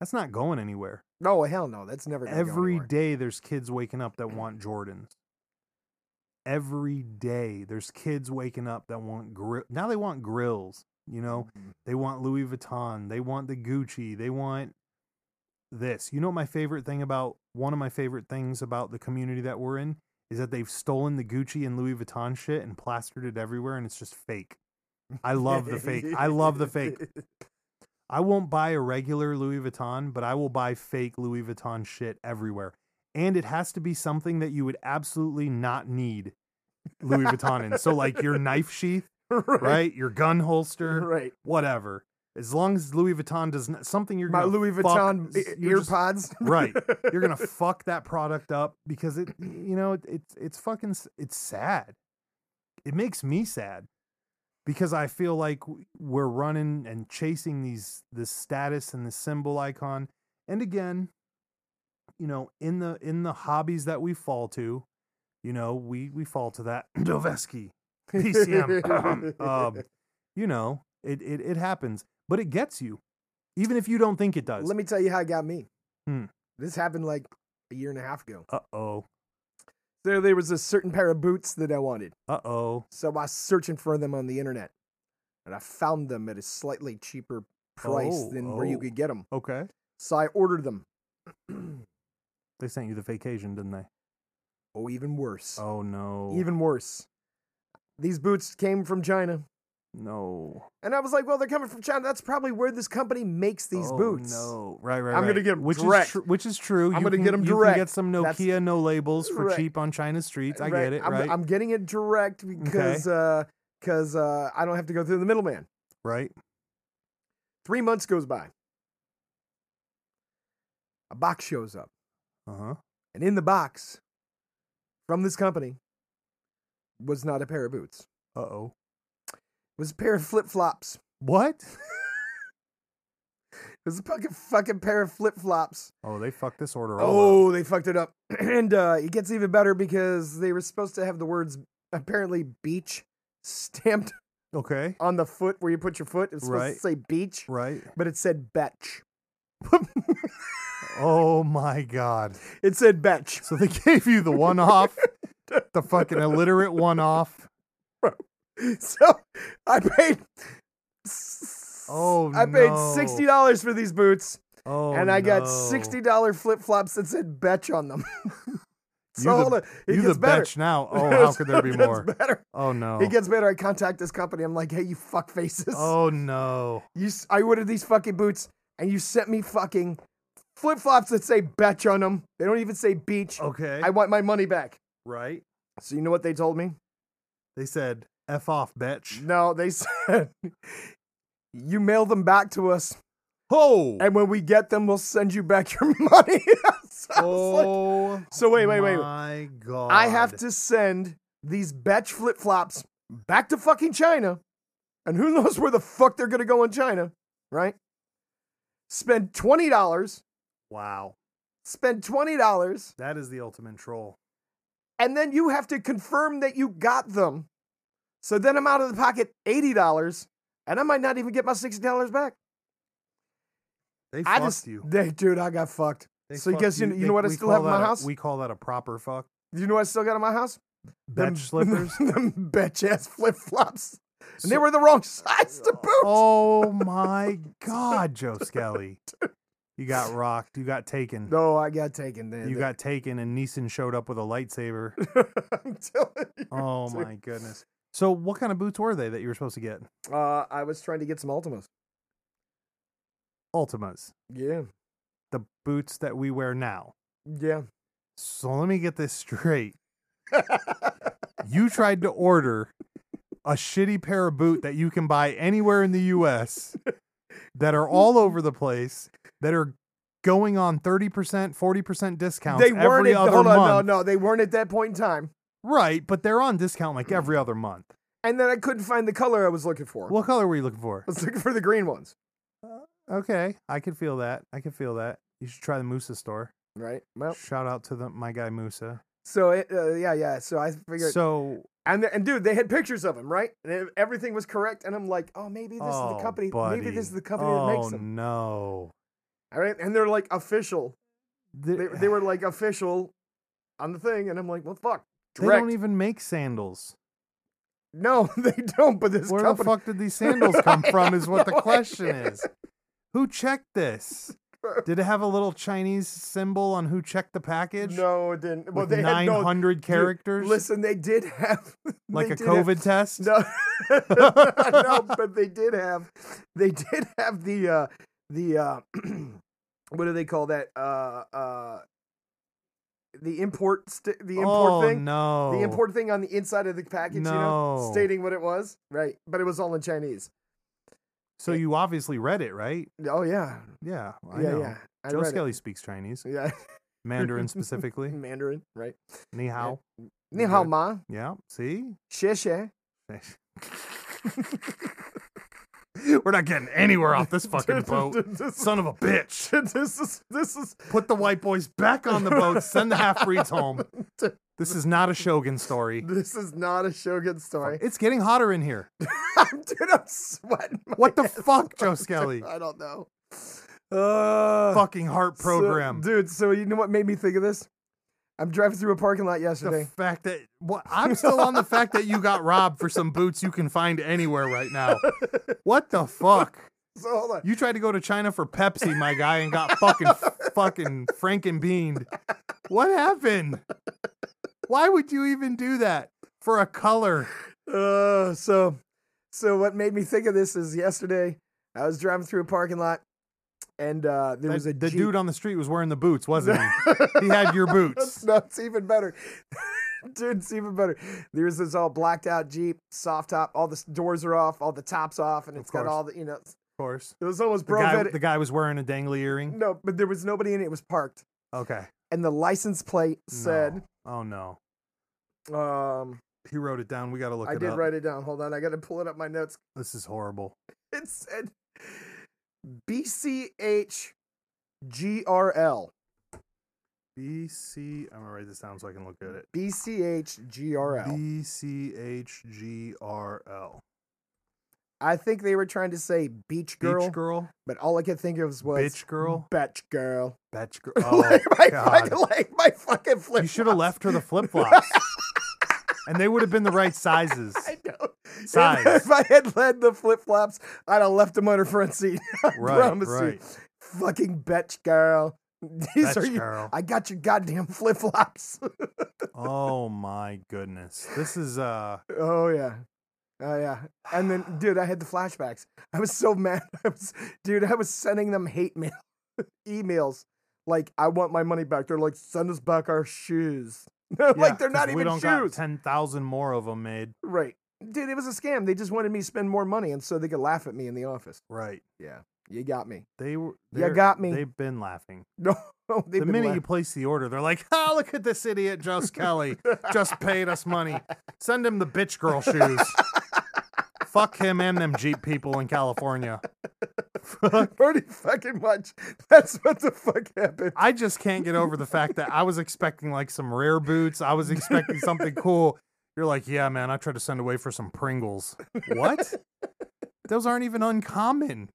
Speaker 1: that's not going anywhere
Speaker 2: no oh, hell no that's never gonna go
Speaker 1: every
Speaker 2: anywhere.
Speaker 1: day there's kids waking up that want jordans every day there's kids waking up that want grill now they want grills you
Speaker 2: Mm-hmm.
Speaker 1: know they want louis vuitton they want the gucci they want this you know what my favorite thing about one of my favorite things about the community that we're in is that they've stolen the gucci and louis vuitton shit and plastered it everywhere and it's just fake i love the fake i love the fake I won't buy a regular Louis Vuitton, but I will buy fake Louis Vuitton shit everywhere. And it has to be something that you would absolutely not need Louis Vuitton in. So like your knife sheath,
Speaker 2: right.
Speaker 1: right? Your gun holster,
Speaker 2: Right.
Speaker 1: whatever. As long as Louis Vuitton does not something you're
Speaker 2: My
Speaker 1: gonna
Speaker 2: Louis
Speaker 1: fuck-
Speaker 2: Vuitton e,
Speaker 1: s-
Speaker 2: earpods.
Speaker 1: you're just- right. You're gonna fuck that product up because it, you know, it, it's it's fucking s- it's sad. It makes me sad because I feel like w- we're running and chasing these this status and this symbol icon. And again, you know, in the in the hobbies that we fall to, you know, we we fall to that Doveski. PCM. um, you know, it, it it happens, but it gets you, even if you don't think it does.
Speaker 2: Let me tell you how it got me.
Speaker 1: Hmm.
Speaker 2: This happened like a year and a half ago.
Speaker 1: Uh oh.
Speaker 2: So there was a certain pair of boots that I wanted.
Speaker 1: Uh oh.
Speaker 2: So I was searching for them on the internet, and I found them at a slightly cheaper price
Speaker 1: Oh,
Speaker 2: than where you
Speaker 1: oh.
Speaker 2: could get them.
Speaker 1: Okay.
Speaker 2: So I ordered them.
Speaker 1: They sent you the vacation, didn't they?
Speaker 2: oh, even worse.
Speaker 1: Oh no.
Speaker 2: Even worse. These boots came from China.
Speaker 1: no.
Speaker 2: And I was like, well, they're coming from China. That's probably where this company makes these
Speaker 1: Oh,
Speaker 2: boots.
Speaker 1: No. Right. Right.
Speaker 2: I'm gonna
Speaker 1: right.
Speaker 2: get 'em
Speaker 1: which
Speaker 2: direct.
Speaker 1: Is tr- which is true.
Speaker 2: I'm
Speaker 1: You
Speaker 2: gonna get
Speaker 1: can-
Speaker 2: 'em
Speaker 1: you
Speaker 2: direct.
Speaker 1: Can get some
Speaker 2: That's-
Speaker 1: Nokia no labels for
Speaker 2: Right.
Speaker 1: cheap on China's streets. I get it.
Speaker 2: I'm,
Speaker 1: right.
Speaker 2: I'm getting it direct because uh, cause, uh, I don't have to go through the middleman.
Speaker 1: right.
Speaker 2: Three months goes by. A box shows up.
Speaker 1: Uh huh.
Speaker 2: And in the box from this company was not a pair of boots, it
Speaker 1: Uh oh.
Speaker 2: was a pair of flip flops.
Speaker 1: What?
Speaker 2: It was a fucking, fucking pair of flip flops.
Speaker 1: Oh, they fucked this order all up.
Speaker 2: Oh, they fucked it up. and uh, it gets even better because they were supposed to have the words apparently beach stamped
Speaker 1: Okay.
Speaker 2: on the foot where you put your foot. It was supposed
Speaker 1: Right.
Speaker 2: to say beach,
Speaker 1: Right.
Speaker 2: but it said betch.
Speaker 1: Oh my God.
Speaker 2: It said betch.
Speaker 1: So they gave you the one off, the fucking illiterate one off.
Speaker 2: So I paid. s-
Speaker 1: Oh,
Speaker 2: I paid
Speaker 1: no.
Speaker 2: sixty dollars for these boots,
Speaker 1: Oh,
Speaker 2: and I got
Speaker 1: no.
Speaker 2: sixty dollar flip flops that said betch on them. so
Speaker 1: You the-
Speaker 2: hold on, it
Speaker 1: You the
Speaker 2: gets better.
Speaker 1: bitch now. Oh, how could there
Speaker 2: It
Speaker 1: be
Speaker 2: gets
Speaker 1: more?
Speaker 2: Better.
Speaker 1: Oh no.
Speaker 2: It gets better. I contact this company. I'm like, hey, you fuck faces.
Speaker 1: Oh no.
Speaker 2: You, s- I ordered these fucking boots, and you sent me fucking flip flops that say betch on them. They don't even say beach.
Speaker 1: Okay.
Speaker 2: I want my money back.
Speaker 1: right.
Speaker 2: So you know what they told me?
Speaker 1: They said f off, bitch.
Speaker 2: No, they said you mail them back to us,
Speaker 1: Oh.
Speaker 2: and when we get them, we'll send you back your money. so, I was like-
Speaker 1: Oh.
Speaker 2: so wait, wait, wait.
Speaker 1: My Oh God.
Speaker 2: I have to send these betch flip flops back to fucking China, and who knows where the fuck they're gonna go in China, right? Spend twenty dollars.
Speaker 1: Wow.
Speaker 2: Spend twenty dollars.
Speaker 1: That is the ultimate troll.
Speaker 2: and then you have to confirm that you got them. So then I'm out of the pocket eighty dollars, and I might not even get my sixty dollars back.
Speaker 1: They
Speaker 2: I
Speaker 1: fucked
Speaker 2: just,
Speaker 1: you.
Speaker 2: they, dude, I got fucked.
Speaker 1: They
Speaker 2: so you
Speaker 1: fucked
Speaker 2: guess you- you
Speaker 1: They-
Speaker 2: know what I
Speaker 1: we
Speaker 2: still have
Speaker 1: call
Speaker 2: in my
Speaker 1: that a-
Speaker 2: house?
Speaker 1: we call that a proper fuck.
Speaker 2: You know what I still got in my house? Them-
Speaker 1: Bitch slippers.
Speaker 2: them bitch ass flip flops, and they
Speaker 1: So-
Speaker 2: were the wrong size to boot.
Speaker 1: Oh my God, Joe Skelly. You got rocked. You got taken.
Speaker 2: No, I got taken. Then
Speaker 1: You got taken, and Neeson showed up with a lightsaber.
Speaker 2: I'm telling you.
Speaker 1: Oh
Speaker 2: dude.
Speaker 1: my goodness. So, what kind of boots were they that you were supposed to get?
Speaker 2: Uh, I was trying to get some Ultimas.
Speaker 1: Ultimas,
Speaker 2: Yeah,
Speaker 1: the boots that we wear now.
Speaker 2: yeah.
Speaker 1: So, let me get this straight. You tried to order a shitty pair of boot that you can buy anywhere in the US that are all over the place that are going on 30%, 40% discounts
Speaker 2: they weren't.
Speaker 1: every
Speaker 2: At,
Speaker 1: other
Speaker 2: hold on,
Speaker 1: month.
Speaker 2: no, no, they weren't at that point in time.
Speaker 1: Right, but they're on discount like every other month.
Speaker 2: And then I couldn't find the color I was looking for.
Speaker 1: What color were you looking for?
Speaker 2: I was looking for the green ones,
Speaker 1: Okay, I can feel that. I can feel that. You should try the Musa store.
Speaker 2: right? Well,
Speaker 1: Shout out to the, my guy Musa.
Speaker 2: so it, uh, yeah, yeah. So I figured,
Speaker 1: So
Speaker 2: and the- and dude, they had pictures of him, right? And it- everything was correct. And I'm like, oh, maybe this is
Speaker 1: Oh,
Speaker 2: the company. Maybe
Speaker 1: buddy.
Speaker 2: this is the company
Speaker 1: oh,
Speaker 2: that makes them.
Speaker 1: no.
Speaker 2: All right, and they're like official.
Speaker 1: They,
Speaker 2: They, they were like official on the thing, and I'm like, well, fuck,
Speaker 1: they
Speaker 2: direct.
Speaker 1: don't even make sandals.
Speaker 2: no, they don't. But this
Speaker 1: Where
Speaker 2: company, Oh
Speaker 1: the fuck did these sandals come
Speaker 2: I
Speaker 1: from
Speaker 2: have
Speaker 1: is what the
Speaker 2: no
Speaker 1: question
Speaker 2: idea.
Speaker 1: is. Who checked this? Did it have a little Chinese symbol on who checked the package?
Speaker 2: no, it didn't. Well,
Speaker 1: With
Speaker 2: they had no.
Speaker 1: 900 characters?
Speaker 2: Listen, they did have
Speaker 1: like
Speaker 2: they
Speaker 1: a
Speaker 2: did have-
Speaker 1: COVID test?
Speaker 2: No, no, but they did have, they did have the uh, the uh, what do they call that? Uh, uh, the import st- the import
Speaker 1: oh,
Speaker 2: thing
Speaker 1: no.
Speaker 2: the import thing on the inside of the package you know
Speaker 1: No.
Speaker 2: stating what it was right but it was all in chinese
Speaker 1: So you obviously read it, right?
Speaker 2: oh yeah
Speaker 1: Yeah. I
Speaker 2: yeah
Speaker 1: know.
Speaker 2: yeah I
Speaker 1: Joe
Speaker 2: read it.
Speaker 1: Skelly speaks Chinese,
Speaker 2: yeah
Speaker 1: Mandarin specifically.
Speaker 2: mandarin right
Speaker 1: Ni hao.
Speaker 2: ni
Speaker 1: Good.
Speaker 2: hao ma
Speaker 1: Yeah. See?
Speaker 2: xie xie
Speaker 1: We're not getting anywhere off this fucking
Speaker 2: Dude,
Speaker 1: boat.
Speaker 2: dude, this,
Speaker 1: Son of a bitch.
Speaker 2: dude, this is this is
Speaker 1: Put the white boys back on the boat. Send the half breeds home. This is not a Shogun story.
Speaker 2: this is not a Shogun story.
Speaker 1: It's getting hotter in here.
Speaker 2: Dude, I'm sweating. my
Speaker 1: What the
Speaker 2: ass
Speaker 1: fuck, Joe
Speaker 2: off, dude.
Speaker 1: Skelly?
Speaker 2: I don't know. Uh,
Speaker 1: Fucking heart
Speaker 2: so-
Speaker 1: program.
Speaker 2: dude. So you know what made me think of this? I'm driving through a parking lot
Speaker 1: the
Speaker 2: yesterday.
Speaker 1: fact that what I'm still on the fact that you got robbed for some boots you can find anywhere right now. What the fuck?
Speaker 2: so hold on.
Speaker 1: You tried to go to China for Pepsi, my guy, and got fucking fucking frankenbeaned. What happened? Why would you even do that for a color?
Speaker 2: Uh, so, so what made me think of this is yesterday I was driving through a parking lot, and uh, there
Speaker 1: That-
Speaker 2: was a
Speaker 1: the
Speaker 2: Jeep.
Speaker 1: dude on the street was wearing the boots, wasn't he? he had your
Speaker 2: That's
Speaker 1: boots.
Speaker 2: no, it's even better. Dude, it's even better. There's this all blacked out Jeep, soft top. All the s- doors are off, all the tops off, and
Speaker 1: Of
Speaker 2: it's got
Speaker 1: course.
Speaker 2: all the you know.
Speaker 1: Of course.
Speaker 2: It was almost
Speaker 1: The
Speaker 2: bro
Speaker 1: guy,
Speaker 2: vetted-
Speaker 1: the guy was wearing a dangly earring.
Speaker 2: No, but there was nobody in it. It was parked,
Speaker 1: Okay.
Speaker 2: and the license plate said.
Speaker 1: No. Oh no.
Speaker 2: Um,
Speaker 1: He wrote it down. We got to look
Speaker 2: I
Speaker 1: it
Speaker 2: did
Speaker 1: up.
Speaker 2: write it down. Hold on, I got to pull it up my notes.
Speaker 1: This is horrible.
Speaker 2: It said BCH GRL.
Speaker 1: BC. I'm gonna write this down so I can look at it.
Speaker 2: BCH GRL.
Speaker 1: B C H G R L.
Speaker 2: I think they were trying to say beach girl,
Speaker 1: Beach girl.
Speaker 2: but all I could think of was
Speaker 1: Bitch girl.
Speaker 2: Betch girl.
Speaker 1: Bitch girl.
Speaker 2: like, my
Speaker 1: God.
Speaker 2: fucking, like my fucking flip.
Speaker 1: you should have left her the flip flops, and they would have been the right sizes.
Speaker 2: I know.
Speaker 1: Size.
Speaker 2: If I had led the flip flops, I'd have left them on her front seat. I
Speaker 1: Right,
Speaker 2: promise you.
Speaker 1: right.
Speaker 2: Fucking bitch girl. These
Speaker 1: Bitch
Speaker 2: are you.
Speaker 1: girl.
Speaker 2: I got your goddamn flip flops.
Speaker 1: Oh my goodness. This is uh.
Speaker 2: oh yeah. Oh yeah. And then, dude, I had the flashbacks. I was so mad. I was, dude, I was sending them hate mail, emails. Like, I want my money back. They're like, send us back our shoes.
Speaker 1: yeah,
Speaker 2: like, they're
Speaker 1: 'cause
Speaker 2: not
Speaker 1: we
Speaker 2: even
Speaker 1: don't
Speaker 2: shoes.
Speaker 1: Got Ten thousand more of them made.
Speaker 2: Right. Dude, it was a scam. They just wanted me to spend more money and so they could laugh at me in the office.
Speaker 1: Right.
Speaker 2: Yeah. You got me.
Speaker 1: They were.
Speaker 2: You
Speaker 1: they're-
Speaker 2: got me.
Speaker 1: They've been laughing.
Speaker 2: No, no
Speaker 1: the
Speaker 2: they've been
Speaker 1: minute
Speaker 2: laugh-
Speaker 1: you place the order, they're like, "Ah, look at this idiot, Joe Kelly. Just paid us money. Send him the bitch girl shoes. Fuck him and them Jeep people in California.
Speaker 2: pretty fucking much. That's what the fuck happened.
Speaker 1: I just can't get over the fact that I was expecting like some rare boots. I was expecting something cool. You're like, yeah, man, I tried to send away for some Pringles. What? Those aren't even uncommon.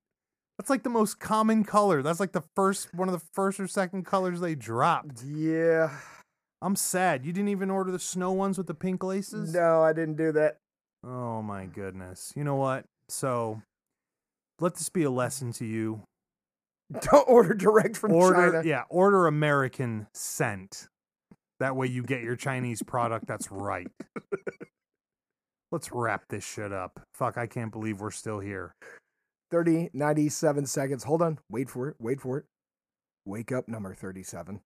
Speaker 1: That's like the most common color. That's like the first one of the first or second colors they dropped.
Speaker 2: Yeah.
Speaker 1: I'm sad. You didn't even order the snow ones with the pink laces?
Speaker 2: No, I didn't do that.
Speaker 1: Oh my goodness. You know what? So let this be a lesson to you.
Speaker 2: Don't order direct from
Speaker 1: order
Speaker 2: China.
Speaker 1: yeah, order American scent. That way you get your Chinese product that's right. Let's wrap this shit up. Fuck, I can't believe we're still here.
Speaker 2: 30, 97 seconds. Hold on. Wait for it. Wait for it. Wake up, number 37.